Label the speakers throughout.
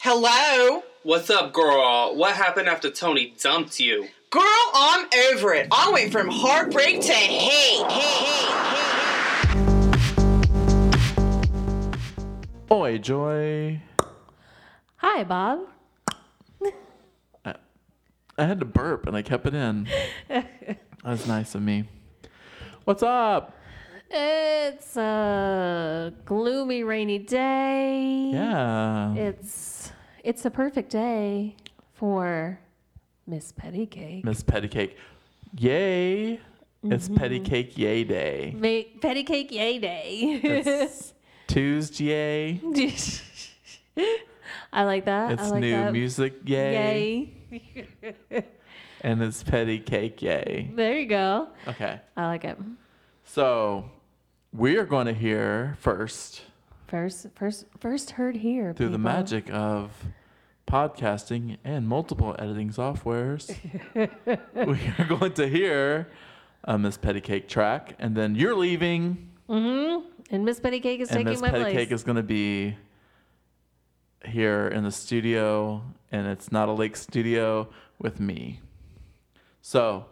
Speaker 1: hello?
Speaker 2: What's up, girl? What happened after Tony dumped you?
Speaker 1: Girl, I'm over it. I went from heartbreak to hate, hate, hate, hate.
Speaker 3: Oi, Joy.
Speaker 4: Hi, Bob.
Speaker 3: I had to burp and I kept it in. that was nice of me. What's up?
Speaker 4: It's a gloomy, rainy day.
Speaker 3: Yeah.
Speaker 4: It's it's a perfect day for Miss Pettycake.
Speaker 3: Miss Pettycake. Yay. It's
Speaker 4: Mm-hmm.
Speaker 3: Pettycake Yay Day.
Speaker 4: Ma- Pettycake Yay Day.
Speaker 3: It's Tuesday.
Speaker 4: I like that.
Speaker 3: It's
Speaker 4: I like
Speaker 3: new
Speaker 4: that.
Speaker 3: music yay,
Speaker 4: Yay.
Speaker 3: And it's Petty Cake Yay.
Speaker 4: There you go.
Speaker 3: Okay.
Speaker 4: I like it.
Speaker 3: So we are going to hear first
Speaker 4: First, first, first heard here
Speaker 3: through the
Speaker 4: people.
Speaker 3: magic of podcasting and multiple editing softwares. we are going to hear a Miss Pettycake track, and then you're leaving,
Speaker 4: And Miss Pettycake is
Speaker 3: and
Speaker 4: taking
Speaker 3: Miss
Speaker 4: my
Speaker 3: Pettycake
Speaker 4: place.
Speaker 3: is going to be here in the studio, and it's not a lake studio with me. So,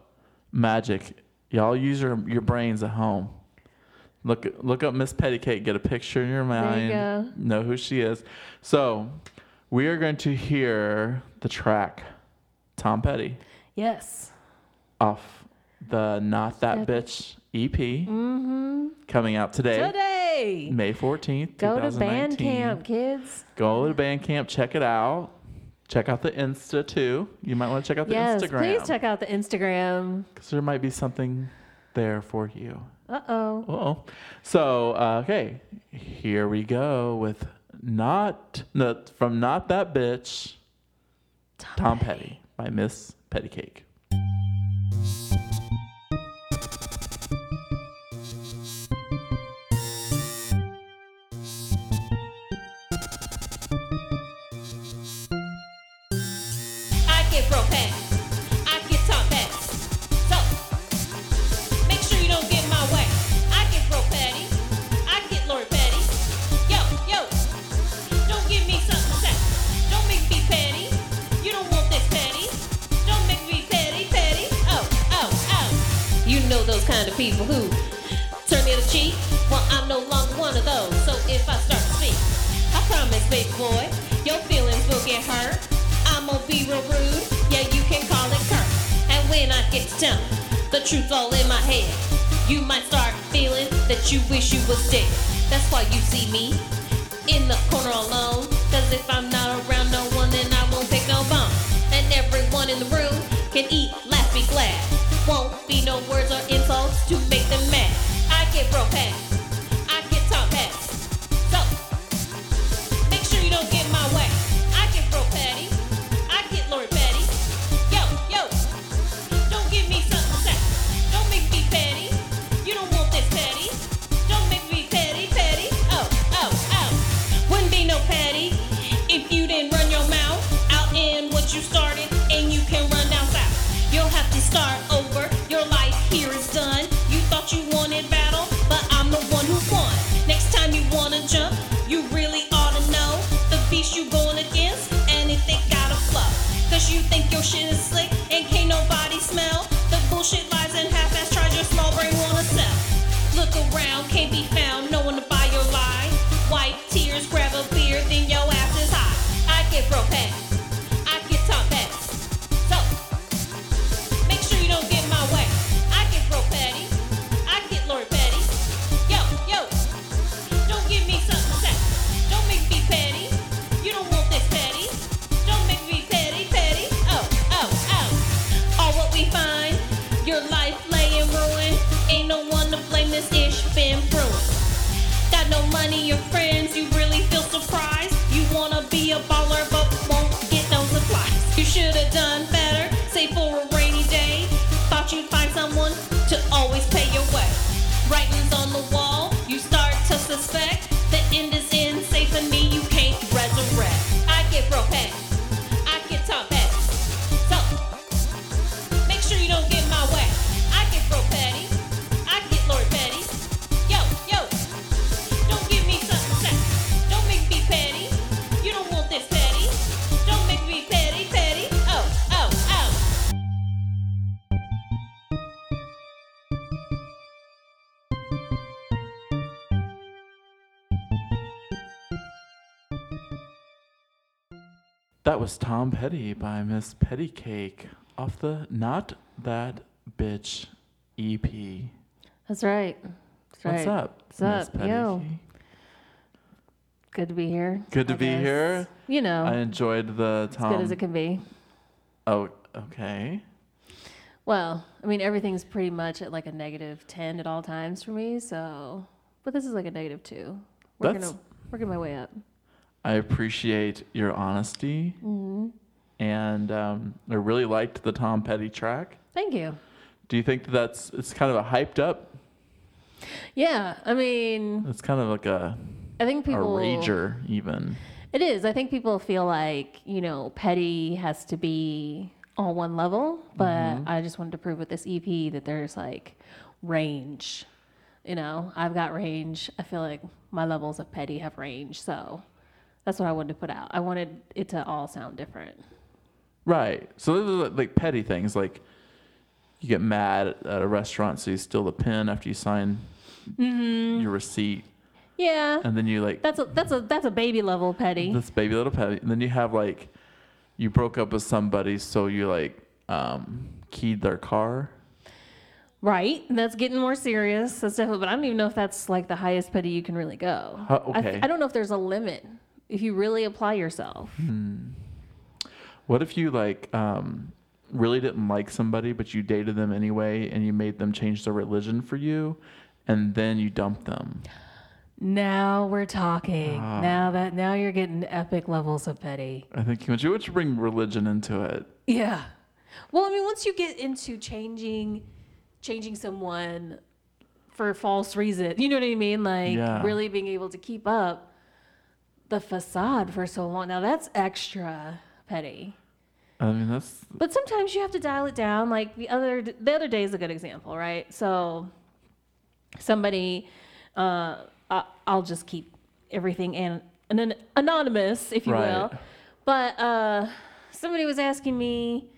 Speaker 3: magic, y'all use your your brains at home. Look look up Miss Pettycake, get a picture in your mind,
Speaker 4: you go.
Speaker 3: know who she is. So, we are going to hear the track Tom Petty
Speaker 4: yes.
Speaker 3: off the Not That Bitch EP coming out today,
Speaker 4: Mm-hmm. Today.
Speaker 3: May 14th,
Speaker 4: Go to
Speaker 3: 2019
Speaker 4: Bandcamp, kids.
Speaker 3: go to Bandcamp, check it out. Check out the Insta too. You might want to check out the
Speaker 4: yes,
Speaker 3: Instagram.
Speaker 4: please check out the Instagram.
Speaker 3: 'cause there might be something there for you.
Speaker 4: Uh oh.
Speaker 3: Oh, so uh, okay, here we go with not no, from not that bitch. Tom, Petty by Miss Pettycake.
Speaker 5: I get real fast. I get top fast. So make sure you don't get in my way. I get real fatty. I get Lori Petty. Yo, yo. Don't give me something to say. Don't make me petty. You don't want this petty. Don't make me petty, petty. Oh, oh, oh. You know those kind of people who turn the other cheek. Well, I'm no longer one of those. So if I start to speak, I promise, big boy, your feelings will get hurt. I'm gonna be real rude. Yeah, you can call it curse. And when I get to tell the truth all in my head, you might start feeling that you wish you was dead. That's why you see me in the corner alone. Cause if I'm not around no one, then I won't pick no bone. And everyone in the room can eat, laugh, be glad. Won't be no words or insults to make them mad. I get real fast. I get top fast. So, make sure you don't get in my way. I get real patty. I get Lori Patty. Yo, yo. Don't give me something to say. Don't make me petty. You don't want this petty. Don't make me petty, petty. Oh, oh, oh. Wouldn't be no petty if you didn't run your mouth out in what you started and you can run down south. You'll have to start over. Your life here is done. You thought you wanted battle, but I'm the one who won. Next time you wanna jump, you really ought to know the beast you going against and if they got a flow. Cause you think your shit is slick and can't nobody smell The bullshit lies and half-ass tries your small brain wanna sell Look around, can't be found, no one to buy your lie Wipe tears, grab a beer, then your ass is high I get real fast, I get top fast So, make sure you don't get in my way I get real petty, I get Lori Petty Yo, yo, don't give me something to say. Don't make me petty. You don't want this petty. Don't make me petty, petty. Oh, oh, oh. All what we find, your life lay in ruin. Ain't no one to blame this ish been brewing. Got no money, your friends, you really feel surprised. You wanna be a baller, but won't get no supplies. You should've done better, save for a rainy day. Thought you'd find someone to always pay your way. Writings on the wall, you start to suspect. The end is in, safe for me, you can't resurrect. I get real fast, I get top fast. So, Make sure you don't get in my way. I get real petty. I get Lord Petty. Yo, yo. Don't give me Oh, something to say. Don't make me petty. You don't want this petty.
Speaker 3: That was Tom Petty by Miss Pettycake off the Not That Bitch EP.
Speaker 4: That's right. That's right.
Speaker 3: What's up,
Speaker 4: What's up? Yo.
Speaker 3: Pettycake?
Speaker 4: Good to be here.
Speaker 3: Good to
Speaker 4: I
Speaker 3: be
Speaker 4: guess.
Speaker 3: here.
Speaker 4: You know,
Speaker 3: I um, enjoyed the Tom.
Speaker 4: as good as it can be.
Speaker 3: Oh, okay.
Speaker 4: Well, I mean, everything's pretty much at like a negative 10 at all times for me. So, but this is like a negative two. Working,
Speaker 3: That's-
Speaker 4: o- working my way up.
Speaker 3: I appreciate your honesty,
Speaker 4: Mm-hmm.
Speaker 3: and um, I really liked the Tom Petty track.
Speaker 4: Thank you.
Speaker 3: Do you think that that's it's kind of a hyped up?
Speaker 4: Yeah. I mean,
Speaker 3: It's kind of like a
Speaker 4: I think
Speaker 3: a
Speaker 4: people.
Speaker 3: rager even.
Speaker 4: It is. I think people feel like, you know, petty has to be on one level, but
Speaker 3: Mm-hmm.
Speaker 4: I just wanted to prove with this EP that there's like range. You know, I've got range. I feel like my levels of petty have range. So that's what I wanted to put out. I wanted it to all sound different.
Speaker 3: Right. So those are like- like petty things. Like you get mad at a restaurant, so you steal the pen after you sign
Speaker 4: Mm-hmm.
Speaker 3: your receipt,
Speaker 4: Yeah.
Speaker 3: and then you like
Speaker 4: That's a that's a that's a baby level petty.
Speaker 3: this baby little petty. And then you have like you broke up with somebody, so you like um, keyed their car.
Speaker 4: Right. That's getting more serious. That's definitely, but I don't even know if that's like the highest petty you can really go.
Speaker 3: Huh,
Speaker 4: I f-
Speaker 3: okay.
Speaker 4: I, don't know if there's a limit if you really apply yourself.
Speaker 3: What if you like um, really didn't like somebody, but you dated them anyway, and you made them change their religion for you, and then you dumped them?
Speaker 4: Now we're talking. Now that now you're getting epic levels of petty.
Speaker 3: I think you would you bring religion into it.
Speaker 4: Yeah. Well, I mean, once you get into changing changing someone for false reason, you know what I mean? Like
Speaker 3: Yeah.
Speaker 4: really being able to keep up the facade for so long. Now that's extra petty.
Speaker 3: I mean, that's
Speaker 4: But sometimes you have to dial it down. Like the other the other day is a good example, right? So somebody, uh, I, I'll just keep everything an, an anonymous, if you will.
Speaker 3: Right.
Speaker 4: But uh, somebody was asking me,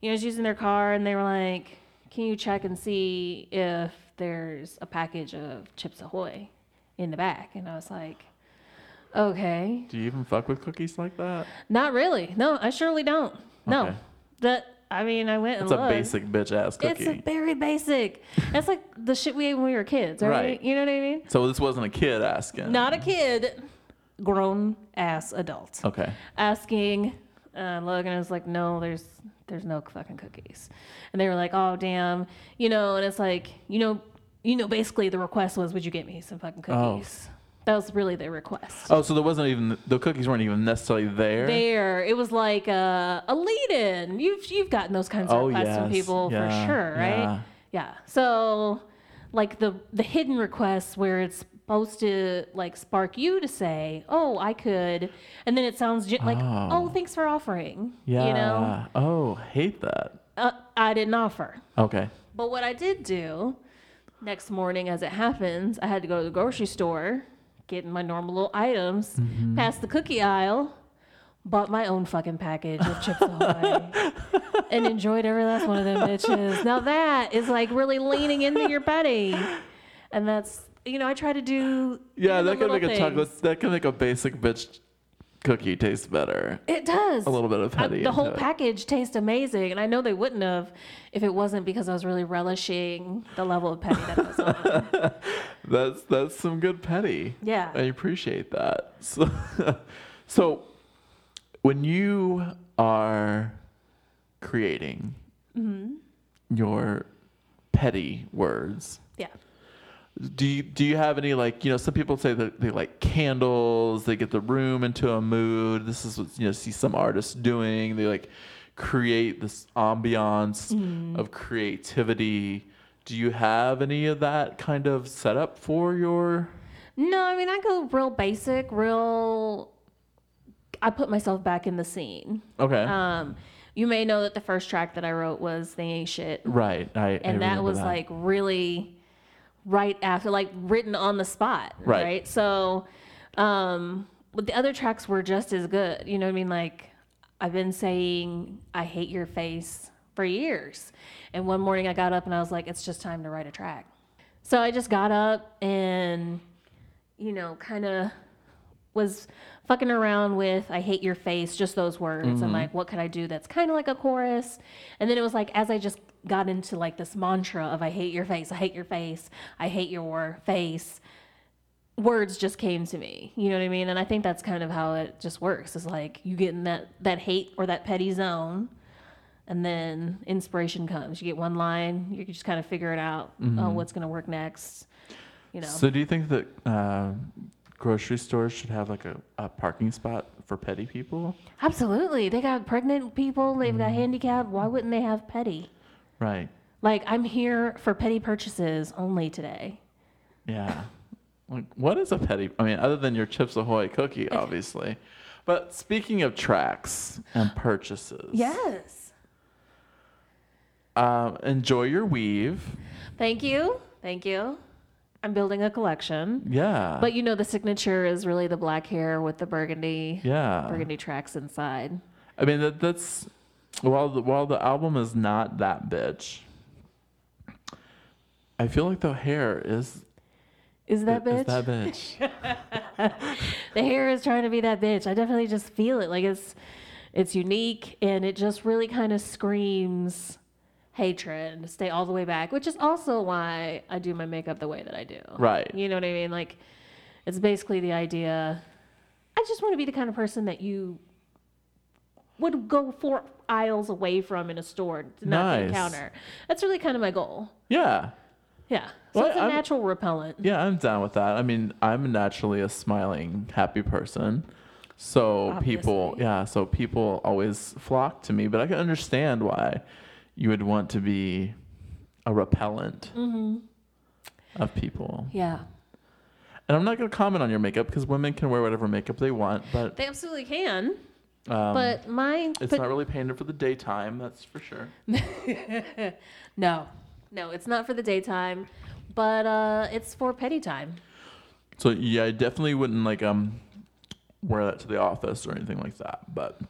Speaker 4: you know, I was using their car, and they were like, "Can you check and see if there's a package of Chips Ahoy in the back?" And I was like, "Okay,
Speaker 3: Do you even fuck with cookies like that?
Speaker 4: not really. No, I surely don't. No,
Speaker 3: Okay.
Speaker 4: that I mean, I went and
Speaker 3: It's a
Speaker 4: looked.
Speaker 3: basic bitch ass
Speaker 4: It's
Speaker 3: cookie.
Speaker 4: a very basic. That's like the shit we ate when we were kids, right?
Speaker 3: Right.
Speaker 4: You know what I mean?
Speaker 3: so this wasn't a kid asking.
Speaker 4: Not a kid, grown ass adult
Speaker 3: Okay.
Speaker 4: asking. Uh, Logan was like, "No, there's there's no fucking cookies," and they were like, "Oh damn," you know. And it's like, you know, you know, basically the request was, "Would you get me some fucking
Speaker 3: Oh.
Speaker 4: cookies?" That was really the request.
Speaker 3: Oh, so there wasn't even the cookies weren't even necessarily there.
Speaker 4: there. It was like a, a lead in. You've you've gotten those kinds of
Speaker 3: Oh,
Speaker 4: requests from
Speaker 3: yes.
Speaker 4: people
Speaker 3: Yeah,
Speaker 4: for sure,
Speaker 3: yeah.
Speaker 4: right? Yeah. So like the the hidden requests where it's supposed to like spark you to say, "Oh, I could," and then it sounds ge- like,
Speaker 3: Oh.
Speaker 4: oh. thanks for offering."
Speaker 3: yeah.
Speaker 4: You know,
Speaker 3: Oh, hate that.
Speaker 4: uh, I didn't offer.
Speaker 3: Okay.
Speaker 4: But what I did do next morning, as it happens, I had to go to the grocery store, get my normal little items,
Speaker 3: Mm-hmm.
Speaker 4: pass the cookie aisle, bought my own fucking package of Chips Ahoy, and enjoyed every last one of them bitches. Now that is like really leaning into your buddy, and that's you know I try to do
Speaker 3: Yeah,
Speaker 4: even
Speaker 3: that
Speaker 4: the
Speaker 3: could
Speaker 4: little
Speaker 3: make a
Speaker 4: things.
Speaker 3: chocolate. That could make a basic bitch cookie taste better.
Speaker 4: It does
Speaker 3: A little bit of
Speaker 4: I-
Speaker 3: petty.
Speaker 4: the whole
Speaker 3: into it.
Speaker 4: package tastes amazing, and I know they wouldn't have if it wasn't because I was really relishing the level of petty that I was on.
Speaker 3: That's that's some good petty.
Speaker 4: Yeah.
Speaker 3: I appreciate that. So, so when you are creating Mm-hmm. your petty words,
Speaker 4: Yeah.
Speaker 3: do you do you have any like you know some people say that they like candles they get the room into a mood this is what you know see some artists doing they like create this ambiance
Speaker 4: Mm-hmm.
Speaker 3: of creativity do you have any of that kind of setup for your
Speaker 4: No, I mean I go real basic, real. I put myself back in the scene.
Speaker 3: okay
Speaker 4: Um, you may know that the first track that I wrote was "They Ain't Shit,"
Speaker 3: right I I
Speaker 4: and that
Speaker 3: remember
Speaker 4: was like really right after, like written on the spot,
Speaker 3: Right.
Speaker 4: right? So, um, but the other tracks were just as good. You know what I mean? Like I've been saying I hate your face for years, and one morning I got up and I was like, it's just time to write a track. So I just got up and, you know, kind of was fucking around with I hate your face, just those words, and like what could I do that's kind of like a chorus. And then it was like as I just got into like this mantra of I hate your face, I hate your face, I hate your face. Words just came to me, you know what I mean, and I think that's kind of how it just works. It's like you get in that that hate or that petty zone, and then inspiration comes. You get one line, you can just kind of figure it out uh, what's going to work next. You know,
Speaker 3: So do you think that uh, grocery stores should have like a, a parking spot for petty people?
Speaker 4: absolutely. They got pregnant people. They've got
Speaker 3: Mm-hmm.
Speaker 4: handicapped. Why wouldn't they have petty?
Speaker 3: Right.
Speaker 4: Like I'm here for petty purchases only today.
Speaker 3: Yeah. Like, what is a petty? I mean, other than your Chips Ahoy cookie, obviously. But speaking of tracks and purchases,
Speaker 4: Yes.
Speaker 3: um, enjoy your weave.
Speaker 4: Thank you. Thank you. I'm building a collection.
Speaker 3: Yeah.
Speaker 4: But you know the signature is really the black hair with the burgundy
Speaker 3: yeah.
Speaker 4: burgundy tracks inside.
Speaker 3: I mean, that, that's while the, while the album is not that bitch. I feel like the hair is
Speaker 4: Is that bitch?
Speaker 3: is that bitch.
Speaker 4: the hair is trying to be that bitch. I definitely just feel it. Like it's it's unique and it just really kind of screams hatred. Stay all the way back, which is also why I do my makeup the way that I do.
Speaker 3: Right.
Speaker 4: You know what I mean? Like it's basically the idea I just want to be the kind of person that you would go four aisles away from in a store to not
Speaker 3: Nice.
Speaker 4: encounter. That's really kind of my goal.
Speaker 3: yeah.
Speaker 4: Yeah. So
Speaker 3: Well,
Speaker 4: it's a
Speaker 3: I'm-
Speaker 4: natural repellent.
Speaker 3: Yeah, I'm down with that. I mean, I'm naturally a smiling, happy person. So people,
Speaker 4: Obviously.
Speaker 3: yeah, so people always flock to me, but I can understand why you would want to be a repellent
Speaker 4: Mm-hmm.
Speaker 3: of people.
Speaker 4: Yeah.
Speaker 3: And I'm not going to comment on your makeup because women can wear whatever makeup they want, but
Speaker 4: They absolutely can.
Speaker 3: um,
Speaker 4: But mine
Speaker 3: it's not really painted for the daytime, that's for sure.
Speaker 4: No, no, it's not for the daytime, but uh, it's for petty time.
Speaker 3: So yeah, I definitely wouldn't like um wear that to the office or anything like that. But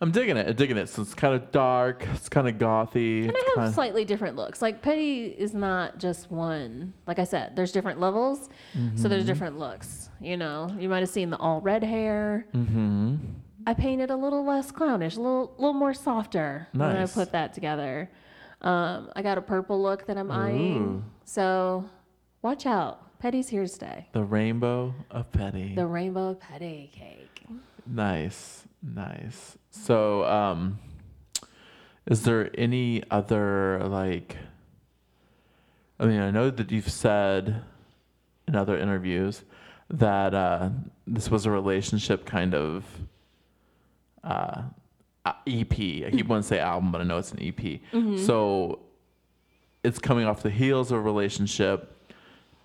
Speaker 3: I'm digging it. I'm digging it. So it's kind of dark. It's kind of gothy.
Speaker 4: And
Speaker 3: it's
Speaker 4: I have
Speaker 3: kinda-
Speaker 4: slightly different looks. Like petty is not just one. Like I said, there's different levels, so
Speaker 3: Mm-hmm.
Speaker 4: there's different looks. You know, you might have seen the all red hair. Mm-hmm. I painted a little less clownish, a little, little more softer when I
Speaker 3: Nice.
Speaker 4: put that together. Um, I got a purple look that I'm eyeing. So watch out. Petty's here to stay.
Speaker 3: the rainbow of petty.
Speaker 4: The rainbow petty cake.
Speaker 3: nice, nice. So um, is there any other like? I mean, I know that you've said in other interviews that uh, this was a relationship kind of uh, uh, EP. I keep wanting to say album, but I know it's an EP. So it's coming off the heels of a relationship.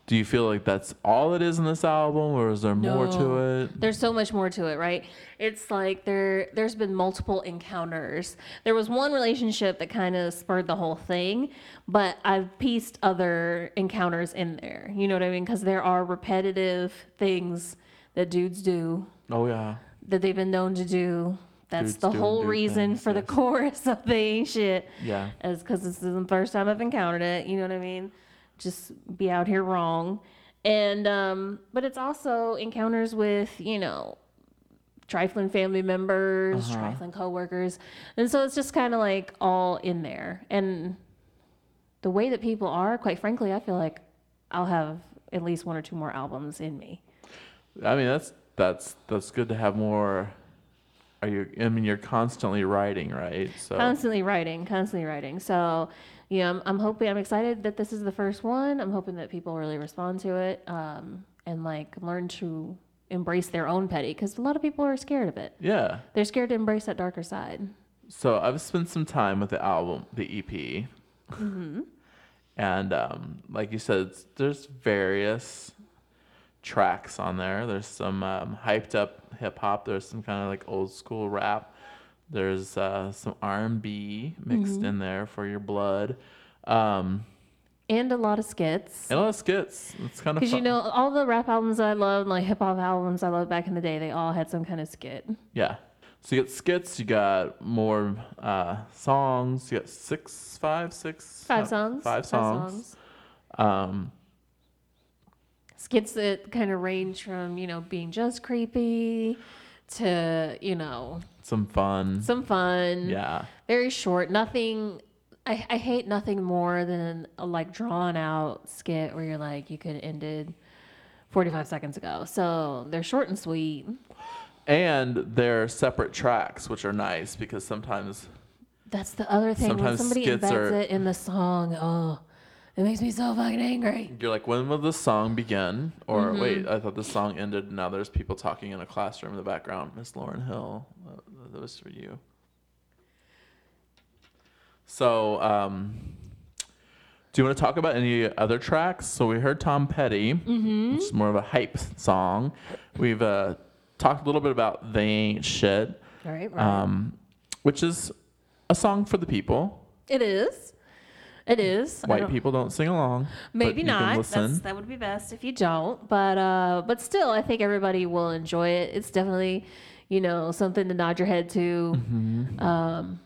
Speaker 3: Do you feel like that's all it is in this album, or is there more to
Speaker 4: No.
Speaker 3: it?
Speaker 4: There's so much more to it, right? It's like there there's been multiple encounters. There was one relationship that kind of spurred the whole thing, but I've pieced other encounters in there. You know what I mean? Cuz there are repetitive things that dudes do
Speaker 3: Oh yeah,
Speaker 4: that they've been known to do. That's
Speaker 3: Dudes
Speaker 4: the
Speaker 3: doing
Speaker 4: whole
Speaker 3: dude
Speaker 4: reason
Speaker 3: things,
Speaker 4: for the
Speaker 3: yes.
Speaker 4: chorus of the ain't shit.
Speaker 3: Yeah.
Speaker 4: As because this is the first time I've encountered it. You know what I mean? Just be out here wrong. And um, but it's also encounters with you know trifling family members,
Speaker 3: Uh-huh.
Speaker 4: trifling coworkers, and so it's just kind of like all in there. And the way that people are, quite frankly, I feel like I'll have at least one or two more albums in me.
Speaker 3: I mean that's that's that's good to have more. Are you? I mean, you're constantly writing, right? So
Speaker 4: constantly writing, constantly writing. So, you know, I'm, I'm hoping, I'm excited that this is the first one. I'm hoping that people really respond to it um, and like learn to embrace their own petty because a lot of people are scared of it.
Speaker 3: yeah.
Speaker 4: They're scared to embrace that darker side.
Speaker 3: So I've spent some time with the album, the EP,
Speaker 4: Mm-hmm.
Speaker 3: and um, like you said, it's- there's various tracks on there. There's some um, hyped up hip hop. There's some kind of like old school rap. There's uh, some R&B mixed
Speaker 4: Mm-hmm.
Speaker 3: in there for your blood, um,
Speaker 4: And a lot of skits.
Speaker 3: and a lot of skits. It's kind of
Speaker 4: Because you know, all the rap albums I loved, like hip hop albums I loved back in the day, they all had some kind of skit.
Speaker 3: Yeah. So you got skits, you got more uh, songs, you got six, five, six,
Speaker 4: Five
Speaker 3: uh,
Speaker 4: songs.
Speaker 3: five songs. Um,
Speaker 4: skits that kind of range from you know being just creepy to you know
Speaker 3: Some fun.
Speaker 4: some fun
Speaker 3: yeah.
Speaker 4: very short nothing I, I hate nothing more than a like drawn out skit where you're like you could have ended 45 seconds ago so they're short and sweet
Speaker 3: And they're separate tracks, which are nice because sometimes
Speaker 4: that's the other thing when
Speaker 3: Sometimes
Speaker 4: somebody
Speaker 3: skits
Speaker 4: embeds
Speaker 3: are-
Speaker 4: it in the song oh it makes me so fucking angry
Speaker 3: you're like, when will this song begin? Or
Speaker 4: Mm-hmm.
Speaker 3: wait, I thought the song ended. and Now there's people talking in a classroom in the background. Miss Lauren Hill, uh, that was for you. So, um, do you want to talk about any other tracks? So we heard Tom Petty,
Speaker 4: Mm-hmm.
Speaker 3: which is more of a hype song. We've uh, talked a little bit about "They Ain't Shit,"
Speaker 4: all right right.
Speaker 3: um, which is a song for the people.
Speaker 4: it is it is I
Speaker 3: White
Speaker 4: don't-
Speaker 3: people don't sing along. but
Speaker 4: maybe
Speaker 3: you can
Speaker 4: not That's,
Speaker 3: listen.
Speaker 4: that would be best if you don't but uh but still i think everybody will enjoy it it's definitely you know something to nod your head to
Speaker 3: Mm-hmm.
Speaker 4: um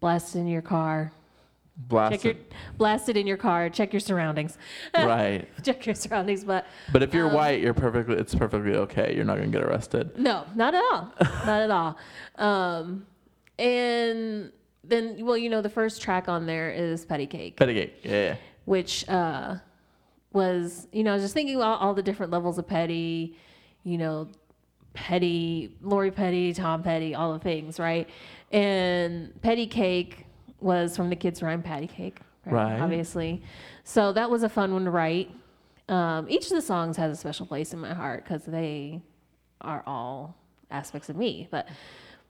Speaker 4: blast in your car
Speaker 3: Blast
Speaker 4: check your
Speaker 3: it.
Speaker 4: blast it in your car check your surroundings
Speaker 3: right.
Speaker 4: check your surroundings but
Speaker 3: But if
Speaker 4: Um,
Speaker 3: you're white, you're perfectly. It's perfectly okay. You're not gonna get arrested.
Speaker 4: No, not at all. not at all. Um, and then, well, you know, the first track on there is Petty Cake,
Speaker 3: Pettigate. Yeah.
Speaker 4: which uh, was, you know, I was just thinking about all the different levels of Petty, you know, Petty, Lori Petty, Tom Petty, all the things, right? And Petty Cake was from the Kids Rhyme Patty Cake,
Speaker 3: Right.
Speaker 4: Obviously. So that was a fun one to write. Um, each of the songs has a special place in my heart because they are all aspects of me. But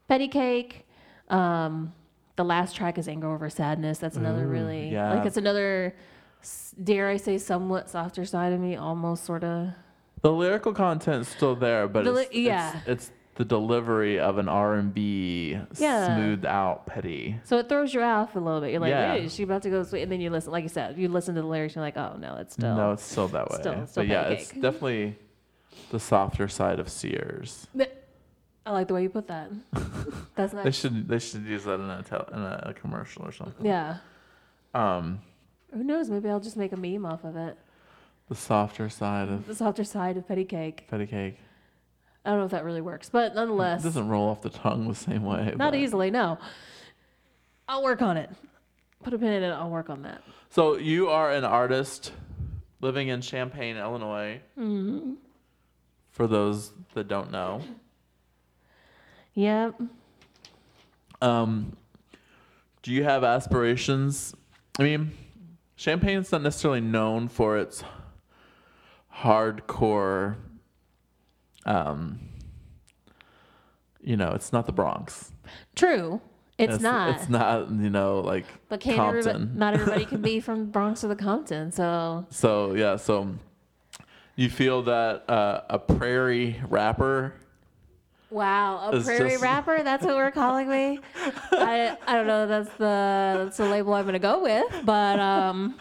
Speaker 4: Petty Cake, um, the last track is Anger Over Sadness. That's another really,
Speaker 3: Mm, yeah.
Speaker 4: like, it's another, s- dare I say, somewhat softer side of me, almost sort of.
Speaker 3: The lyrical content's still there, but
Speaker 4: The
Speaker 3: it's,
Speaker 4: li- yeah.
Speaker 3: it's it's the delivery of an R and B
Speaker 4: Yeah.
Speaker 3: smoothed out Petty.
Speaker 4: So it throws you off a little bit. You're like,
Speaker 3: Yeah.
Speaker 4: wait, is she about to go sweet? And then you listen, like you said, you listen to the lyrics, you're like, oh, no, it's still.
Speaker 3: No, it's still that way.
Speaker 4: Still- still
Speaker 3: but yeah,
Speaker 4: Patty
Speaker 3: it's
Speaker 4: Cake.
Speaker 3: definitely the softer side of Sears.
Speaker 4: I like the way you put that. That's
Speaker 3: They
Speaker 4: nice.
Speaker 3: should they should use that in a tel- in a commercial or something.
Speaker 4: Yeah.
Speaker 3: Um,
Speaker 4: Who knows? Maybe I'll just make a meme off of it.
Speaker 3: the softer side of
Speaker 4: The softer side of petty cake.
Speaker 3: Petty Cake.
Speaker 4: I don't know if that really works, but
Speaker 3: It
Speaker 4: nonetheless,
Speaker 3: doesn't roll off the tongue the same way.
Speaker 4: not
Speaker 3: but-
Speaker 4: easily. No, I'll work on it. Put a pin in it. I'll work on that.
Speaker 3: So you are an artist living in Champaign, Illinois.
Speaker 4: Mm-hmm.
Speaker 3: For those that don't know,
Speaker 4: Yep.
Speaker 3: um, do you have aspirations? I mean, Champaign's not necessarily known for its hardcore. Um, you know, it's not the Bronx.
Speaker 4: True. It's, not.
Speaker 3: It's not. You know, like
Speaker 4: But can't
Speaker 3: Compton.
Speaker 4: everybody, not everybody can be from Bronx or the Compton. So
Speaker 3: So yeah, so you feel that uh, a prairie rapper,
Speaker 4: wow, a
Speaker 3: It's
Speaker 4: prairie
Speaker 3: just-
Speaker 4: rapper. That's what we're calling me. I I don't know. That's the that's the label I'm gonna go with. But um,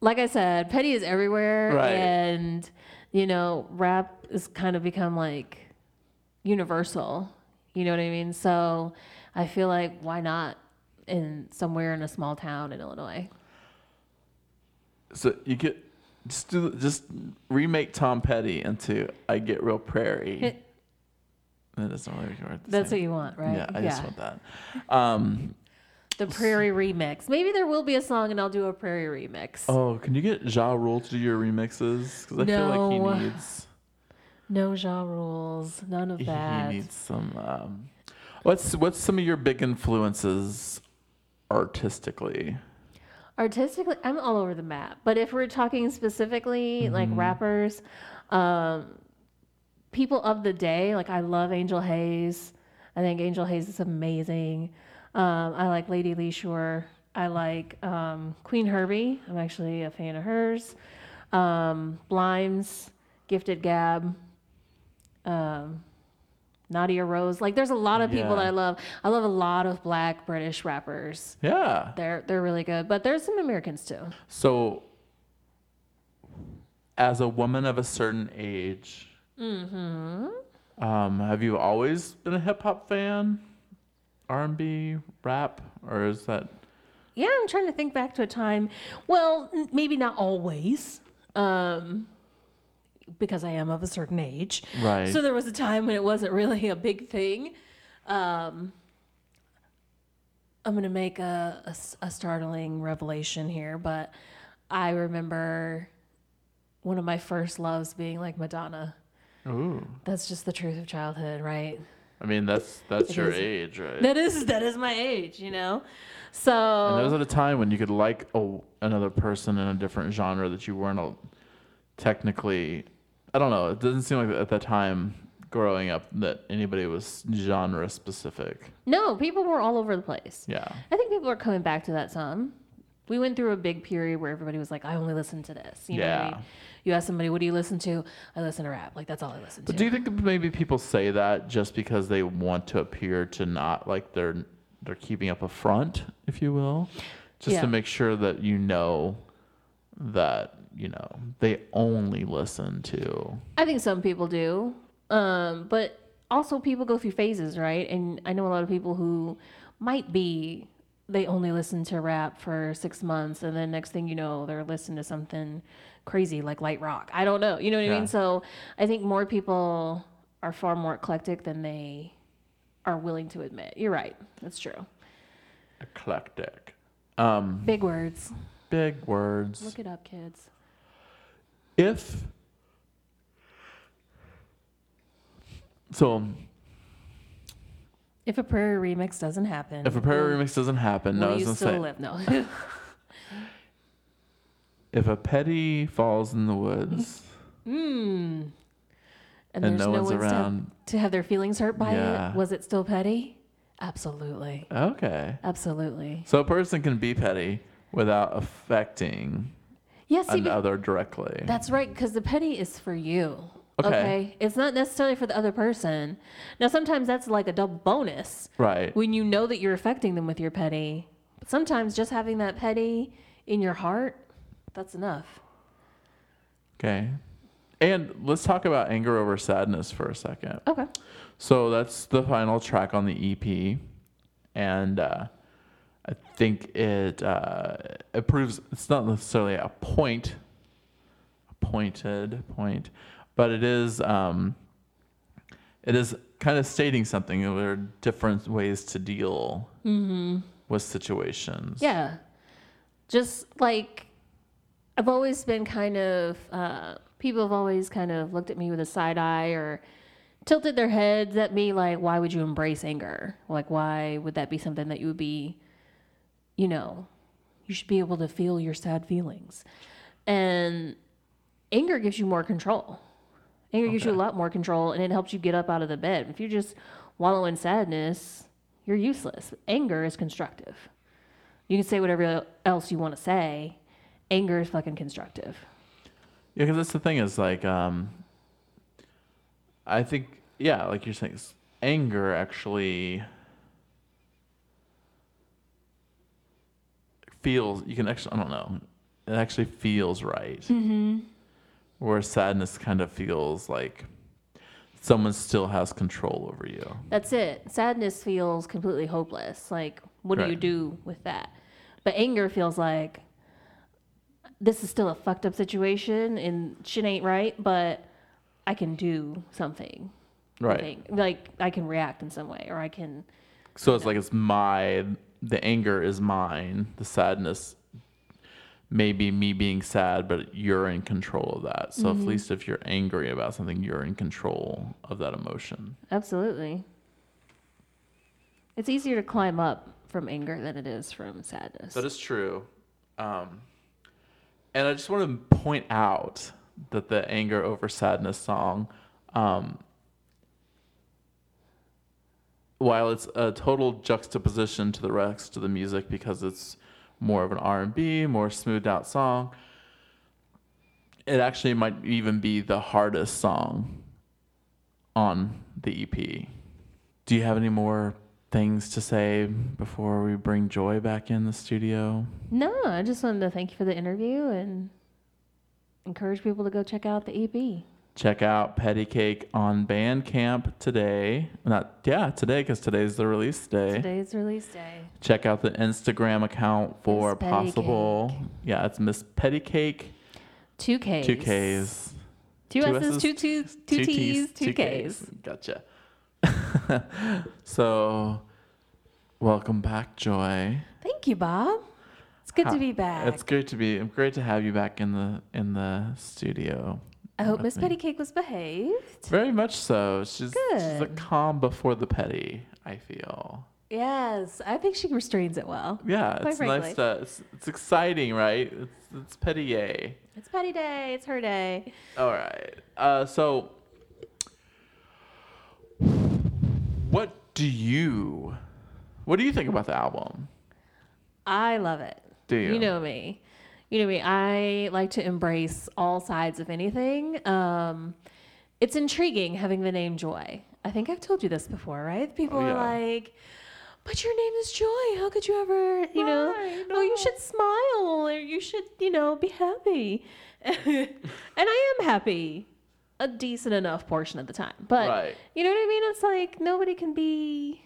Speaker 4: like I said, petty is everywhere,
Speaker 3: Right.
Speaker 4: and you know, rap has kind of become like universal. You know what I mean? So I feel like why not in somewhere in a small town in Illinois?
Speaker 3: so you get just do, just remake Tom Petty into I get real prairie.
Speaker 4: It-
Speaker 3: That doesn't really work. the
Speaker 4: That's what
Speaker 3: same.
Speaker 4: you want, right?
Speaker 3: Yeah, I just want that. Um,
Speaker 4: The Prairie Remix. Maybe there will be a song and I'll do a Prairie Remix.
Speaker 3: oh, can you get Ja Rule to do your remixes? Because I feel
Speaker 4: No.
Speaker 3: like he needs
Speaker 4: No Ja rules. None of that.
Speaker 3: he needs some. Um, what's what's some of your big influences artistically?
Speaker 4: Artistically, I'm all over the map. But if we're talking specifically like rappers, um, people of the day, like I love Angel Hayes. I think Angel Hayes is amazing. Um, I like Lady Lee Shore. I like um, Queen Herbie. I'm actually a fan of hers. Um, Blimes, Gifted Gab. Um, Nadia Rose, like there's a lot of people
Speaker 3: Yeah.
Speaker 4: that I love. I love a lot of Black British rappers.
Speaker 3: Yeah.
Speaker 4: They're they're really good, but there's some Americans too.
Speaker 3: So, as a woman of a certain age,
Speaker 4: Mm-hmm.
Speaker 3: um, have you always been a hip hop fan, R and B, rap, or is that
Speaker 4: Yeah, I'm trying to think back to a time. Well, n- maybe not always. Um, because I am of a certain age.
Speaker 3: Right.
Speaker 4: So there was a time when it wasn't really a big thing. Um, I'm going to make a, a s- a startling revelation here, but I remember one of my first loves being like Madonna.
Speaker 3: Ooh.
Speaker 4: That's just the truth of childhood, right?
Speaker 3: I mean, that's that's your
Speaker 4: is.
Speaker 3: age, right?
Speaker 4: That is that is my age, you know. So
Speaker 3: and that was at a time when you could like a, another person in a different genre that you weren't a, technically. I don't know. It doesn't seem like at that time growing up that anybody was genre specific.
Speaker 4: no, people were all over the place.
Speaker 3: Yeah.
Speaker 4: I think people are coming back to that some. We went through a big period where everybody was like, "I only listen to this." You Know, what I
Speaker 3: Yeah.
Speaker 4: mean? you ask somebody, "What do you listen to?" I listen to rap. Like that's all I listen to.
Speaker 3: But do you think maybe people say that just because they want to appear to not like they're they're keeping up a front, if you will, just
Speaker 4: Yeah.
Speaker 3: to make sure that you know that you know they only listen to
Speaker 4: I think some people do, um, but also people go through phases, right? And I know a lot of people who might be they only listen to rap for six months, and then next thing you know, they're listening to something crazy like light rock. I don't know, you know what I
Speaker 3: Yeah.
Speaker 4: mean? So I think more people are far more eclectic than they are willing to admit. You're right. That's true.
Speaker 3: eclectic.
Speaker 4: Big words.
Speaker 3: Big words.
Speaker 4: Look it up, kids.
Speaker 3: if so
Speaker 4: If a prayer remix doesn't happen,
Speaker 3: if a prayer remix doesn't happen no
Speaker 4: will
Speaker 3: i was
Speaker 4: you
Speaker 3: gonna
Speaker 4: still
Speaker 3: say
Speaker 4: live? No.
Speaker 3: if a petty falls in the woods
Speaker 4: and,
Speaker 3: And
Speaker 4: there's
Speaker 3: no
Speaker 4: no,
Speaker 3: one's
Speaker 4: one's, to have-
Speaker 3: around.
Speaker 4: To, have, their feelings hurt by
Speaker 3: Yeah.
Speaker 4: it. Was it still petty? Absolutely.
Speaker 3: okay
Speaker 4: Absolutely.
Speaker 3: so a person can be petty without affecting
Speaker 4: Yes, see, be-
Speaker 3: another directly
Speaker 4: that's right, because the petty is for you.
Speaker 3: Okay.
Speaker 4: It's not necessarily for the other person. Now, sometimes that's like a double bonus
Speaker 3: right
Speaker 4: when you know that you're affecting them with your petty. But sometimes just having that petty in your heart, that's enough.
Speaker 3: okay and let's talk about anger over sadness for a second
Speaker 4: Okay.
Speaker 3: So that's the final track on the EP, and uh, I think it uh, it proves it's not necessarily a point, a pointed point, but it is um, it is kind of stating something. There are different ways to deal with situations.
Speaker 4: Mm-hmm. Yeah. Just like I've always been kind of, uh, people have always kind of looked at me with a side eye or tilted their heads at me like, why would you embrace anger? Like, why would that be something that you would be, you know, you should be able to feel your sad feelings. And anger gives you more control. Anger gives you a lot more control and it helps you get up out of the bed. If you just wallow in sadness, you're useless. Anger is constructive. You can say whatever else you want to say. Anger is fucking constructive.
Speaker 3: Yeah, because that's the thing is like, um, I think yeah, like you're saying, s- anger actually feels. You can actually, I don't know, it actually feels right. Mm-hmm. Where sadness kind of feels like someone still has control over you.
Speaker 4: That's it. Sadness feels completely hopeless. Like, what do you
Speaker 3: Right.
Speaker 4: do with that? But anger feels like this is still a fucked up situation and shit ain't right, but I can do something. with
Speaker 3: Right.
Speaker 4: ang- Like, I can react in some way or I can.
Speaker 3: So it's like it's my the anger is mine. The sadness may be me being sad, but you're in control of that. So at least if you're angry about something, you're in control of that emotion.
Speaker 4: Absolutely. It's easier to climb up from anger than it is from sadness.
Speaker 3: That is true. Um, and I just want to point out that the anger over sadness song, um, while it's a total juxtaposition to the rest of the music because it's more of an R and B, more smoothed out song, it actually might even be the hardest song on the EP. Do you have any more things to say before we bring Joy back in the studio?
Speaker 4: No, I just wanted to thank you for the interview and encourage people to go check out the E EP.
Speaker 3: Check out Petty Cake on Bandcamp today. Not yeah, today because today's the release day.
Speaker 4: Today's release day.
Speaker 3: Check out the Instagram account for
Speaker 4: Miss Petty
Speaker 3: possible. Yeah, it's Miss Petty Cake
Speaker 4: Two Ks.
Speaker 3: two Ks.
Speaker 4: Two,
Speaker 3: Two
Speaker 4: S's,
Speaker 3: S's,
Speaker 4: two T's, two T's, two K's.
Speaker 3: Gotcha. so, welcome back, Joy.
Speaker 4: Thank you, Bob. It's good to be back.
Speaker 3: It's great to be. Great to have you back in the in the studio.
Speaker 4: I hope
Speaker 3: with
Speaker 4: Miss
Speaker 3: me.
Speaker 4: Pettycake was behaved.
Speaker 3: Very much so. She's, she's the
Speaker 4: Good.
Speaker 3: calm before the petty. I feel.
Speaker 4: Yes, I think she restrains it well.
Speaker 3: Yeah,
Speaker 4: Quite
Speaker 3: it's
Speaker 4: frankly.
Speaker 3: nice to. It's, it's exciting, right? It's it's petty yay.
Speaker 4: It's Petty Day. It's her day.
Speaker 3: All right. Uh, so, what do you, what do you think about the album?
Speaker 4: I love it.
Speaker 3: Do you?
Speaker 4: You know me. You know me. I like to embrace all sides of anything. Um, it's intriguing having the name Joy. I think I've told you this before, right? People
Speaker 3: Oh,
Speaker 4: are
Speaker 3: yeah.
Speaker 4: like, but your name is Joy. How could you ever, you know,
Speaker 3: Right,
Speaker 4: oh, you should smile or you should, you know, be happy. and I am happy a decent enough portion of the time. But
Speaker 3: Right.
Speaker 4: you know what I mean? It's like nobody can be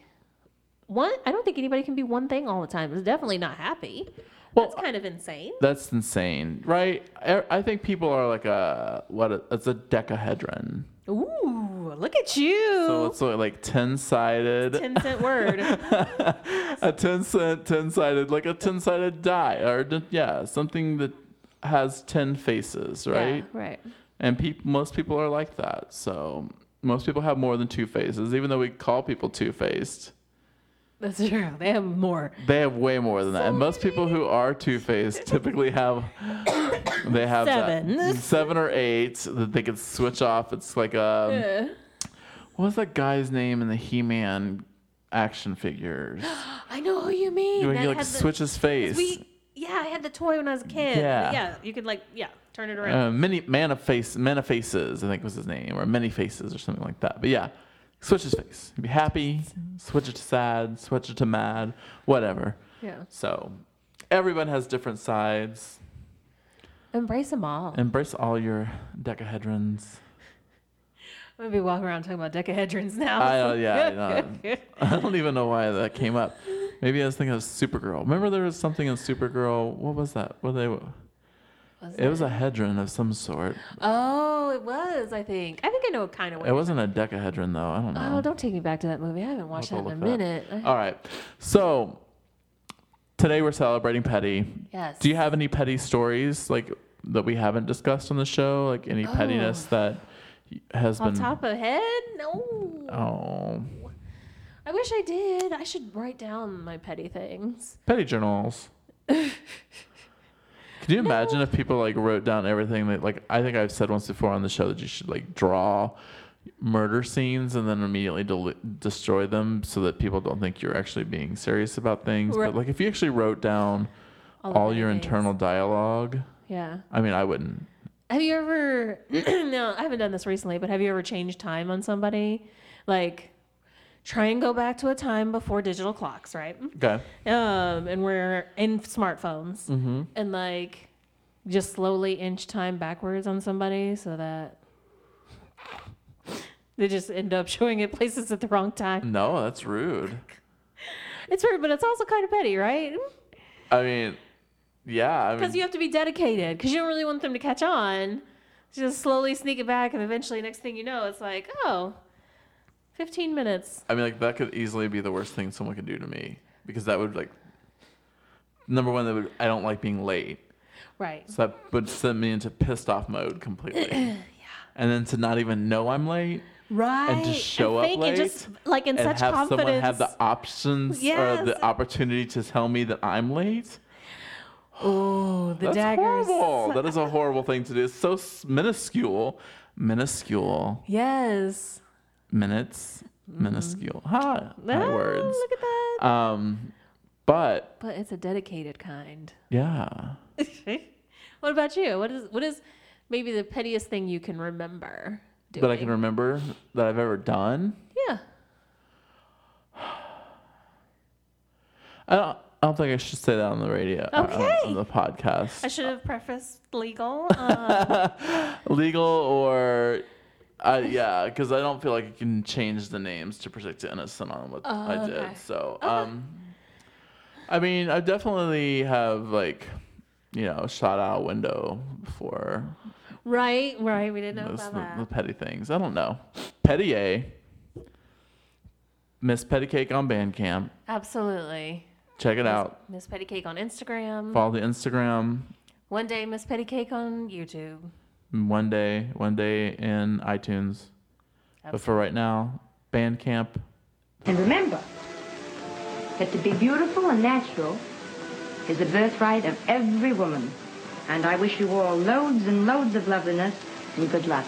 Speaker 4: one. I don't think anybody can be one thing all the time. It's definitely not happy.
Speaker 3: Well,
Speaker 4: That's kind of insane.
Speaker 3: That's insane, right? I, I think people are like a what? A, it's a decahedron.
Speaker 4: Ooh, look at
Speaker 3: So
Speaker 4: you.
Speaker 3: it's like, like ten-sided,
Speaker 4: Ten cent word.
Speaker 3: a ten-cent, ten-sided, like a ten-sided die, or d- yeah, something that has ten faces, right?
Speaker 4: Yeah, right.
Speaker 3: And peop most people are like that. So most people have more than two faces, even though we call people two faced.
Speaker 4: That's true. They have more.
Speaker 3: They have way more than that. And most people who are two faced typically have they have that-
Speaker 4: Seven.
Speaker 3: seven or eight that they could switch off. It's like um what was that guy's name in the He Man action figures?
Speaker 4: I know who you mean.
Speaker 3: When
Speaker 4: That
Speaker 3: you like
Speaker 4: had the-
Speaker 3: switch his face.
Speaker 4: We, yeah, I had the toy when I was a kid.
Speaker 3: Yeah.
Speaker 4: Yeah, you could like, yeah, turn it around.
Speaker 3: uh, many man of face man of faces i think was his name or many faces or something like that but yeah switch his face be happy switch it to sad switch it to mad whatever
Speaker 4: yeah.
Speaker 3: so everyone has different sides
Speaker 4: Embrace them all.
Speaker 3: embrace all your decahedrons
Speaker 4: I'm gonna be walking around talking about decahedrons now.
Speaker 3: i don't yeah I don't, I don't even know why that came up maybe i was thinking of supergirl remember there was something in supergirl what was that what they it was a hedron of some sort.
Speaker 4: Oh, it was. I think. I think I know kind of what.
Speaker 3: It wasn't a decahedron though. I don't know.
Speaker 4: Oh, don't take me back to that movie. I haven't watched that
Speaker 3: I'll
Speaker 4: in a
Speaker 3: look that
Speaker 4: minute. I-
Speaker 3: All right. So today we're celebrating petty.
Speaker 4: yes.
Speaker 3: Do you have any petty stories like that we haven't discussed on the show? Like any
Speaker 4: Oh.
Speaker 3: pettiness that has
Speaker 4: off
Speaker 3: been
Speaker 4: top of head? No.
Speaker 3: oh
Speaker 4: I wish I did. I should write down my petty things.
Speaker 3: petty journals? Could you imagine if people like wrote down everything that like I think I've said once before on the show that you should like draw murder scenes and then immediately del- destroy them so that people don't think you're actually being serious about things.
Speaker 4: Right.
Speaker 3: But like if you actually wrote down
Speaker 4: the
Speaker 3: all
Speaker 4: petty
Speaker 3: your
Speaker 4: things.
Speaker 3: internal dialogue.
Speaker 4: Yeah.
Speaker 3: I mean, I wouldn't.
Speaker 4: Have you ever? no, I haven't done this recently. But have you ever changed time on somebody? Like, try and go back to a time before digital clocks, right?
Speaker 3: Okay.
Speaker 4: um, and we're in smartphones and like just slowly inch time backwards on somebody so that they just end up showing it places at the wrong time.
Speaker 3: No, that's rude.
Speaker 4: It's weird, but it's also kind of petty, right?
Speaker 3: I mean, yeah. I mean,
Speaker 4: Because you have to be dedicated because you don't really want them to catch on. Just slowly sneak it back, and eventually, next thing you know, it's like, oh, 15 minutes.
Speaker 3: I mean, like that could easily be the worst thing someone could do to me because that would like. Number one, that would I don't like being late,
Speaker 4: Right.
Speaker 3: so that would send me into pissed off mode completely. yeah. And then to not even know I'm late
Speaker 4: Right.
Speaker 3: and just show up
Speaker 4: fake
Speaker 3: late
Speaker 4: and just like in
Speaker 3: and
Speaker 4: such
Speaker 3: have
Speaker 4: confidence.
Speaker 3: someone have the options or
Speaker 4: Yes.
Speaker 3: the opportunity to tell me that I'm late.
Speaker 4: oh, the
Speaker 3: That's
Speaker 4: daggers.
Speaker 3: horrible. That is a horrible thing to do. It's so s- minuscule, minuscule.
Speaker 4: Yes.
Speaker 3: minutes minuscule ha my
Speaker 4: Mm-hmm. Ah,
Speaker 3: words
Speaker 4: Look at that.
Speaker 3: um but
Speaker 4: But it's a dedicated kind.
Speaker 3: yeah
Speaker 4: what about you? What is what is maybe the pettiest thing you can remember? Doing?
Speaker 3: that i can remember that i've ever done
Speaker 4: Yeah.
Speaker 3: i don't I don't think I should say that on the radio, uh, on,
Speaker 4: Okay.
Speaker 3: on the podcast,
Speaker 4: I should have prefaced legal. Uh,
Speaker 3: legal or, uh, yeah, because I don't feel like I can change the names to protect the innocent on what I did.
Speaker 4: okay.
Speaker 3: So, um, I mean, I definitely have like, you know, shot out a window before
Speaker 4: Right, right. We didn't know
Speaker 3: Those,
Speaker 4: about
Speaker 3: the, the
Speaker 4: that.
Speaker 3: petty things. I don't know. Petty A. Miss Petty Cake on Bandcamp.
Speaker 4: Absolutely.
Speaker 3: Check it out.
Speaker 4: Miss Petty Cake on Instagram.
Speaker 3: Follow the Instagram.
Speaker 4: One day, Miss Petty Cake on YouTube.
Speaker 3: One day, one day in iTunes. But for right now, Bandcamp.
Speaker 6: And remember that to be beautiful and natural is the birthright of every woman. And I wish you all loads and loads of loveliness and good luck.